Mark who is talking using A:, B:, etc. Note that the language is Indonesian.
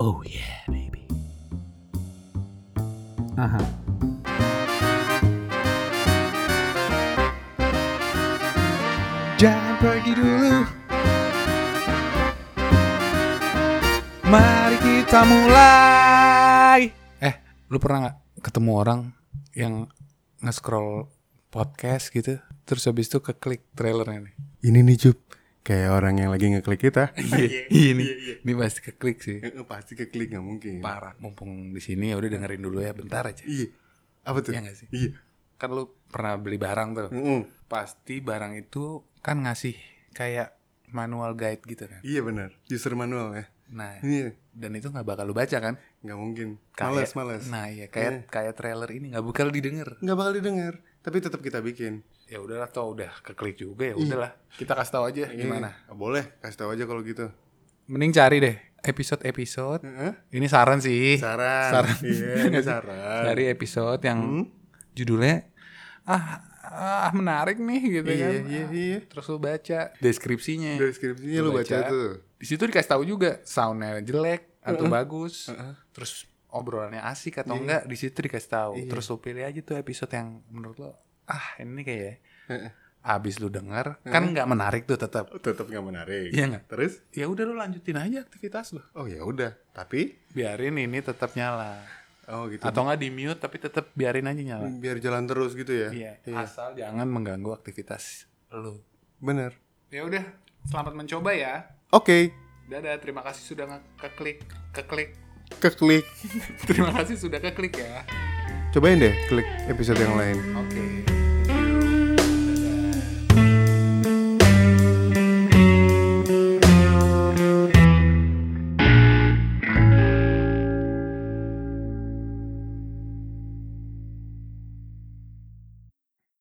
A: Oh yeah, baby.
B: Ajá. Jangan pergi dulu Mari kita mulai Eh, lu pernah nggak ketemu orang yang nge-scroll podcast gitu Terus habis itu keklik trailernya nih
C: Ini nih Jup, kayak orang yang lagi ngeklik kita.
B: Iya, ini, ini pasti keklik sih
C: Eh, Pasti keklik nggak mungkin.
B: Parah, mumpung di sini ya udah dengerin dulu ya bentar aja
C: Iya. Apa tuh?
B: Iya nggak sih?
C: Iya.
B: Kan lu pernah beli barang tuh
C: Mm-mm.
B: Pasti barang itu kan ngasih kayak manual guide gitu kan
C: Iya benar. User manual ya.
B: Nah,
C: Iya.
B: dan itu nggak bakal lu baca kan?
C: Nggak mungkin. Males,
B: Kayak-
C: males.
B: Nah, iya kayak kayak trailer ini nggak bakal didengar.
C: Nggak bakal didengar. Tapi tetap kita bikin.
B: Ya udahlah toh udah keklik juga ya udahlah. Kita kasih tahu aja gimana.
C: Iya. Boleh. Kasih tahu aja kalau gitu.
B: Mending cari deh episode-episode.
C: Heeh.
B: Ini saran sih.
C: Hmm. Saran.
B: Saran.
C: Iya, ini saran.
B: Cari episode yang
C: Hmm.
B: judulnya ah, ah menarik nih gitu
C: Iya,
B: kan.
C: iya, iya.
B: Terus lu baca deskripsinya. Iya,
C: Deskripsinya lu baca tuh.
B: Di situ dikasih tahu juga soundnya jelek atau bagus. Terus obrolannya asik atau enggak di situ dikasih tahu. Terus lu pilih aja tuh episode yang menurut lo ah ini kayak
C: Heeh.
B: abis lu denger kan nggak menarik tuh tetap.
C: Tetap nggak menarik.
B: Iya nggak?
C: Terus?
B: Ya udah lu lanjutin aja aktivitas lo.
C: Oh ya udah. Tapi?
B: Biarin ini tetap nyala.
C: Oh gitu.
B: Atau nggak di mute tapi tetap biarin aja nyala.
C: Biar jalan terus gitu ya.
B: Iya. Asal jangan mengganggu aktivitas lu.
C: Benar.
B: Ya udah, selamat mencoba ya.
C: Oke.
B: Dadah, terima kasih sudah nge- keklik, keklik.
C: Keklik.
B: Terima kasih sudah keklik ya.
C: Cobain deh klik episode yang lain.
B: Oke.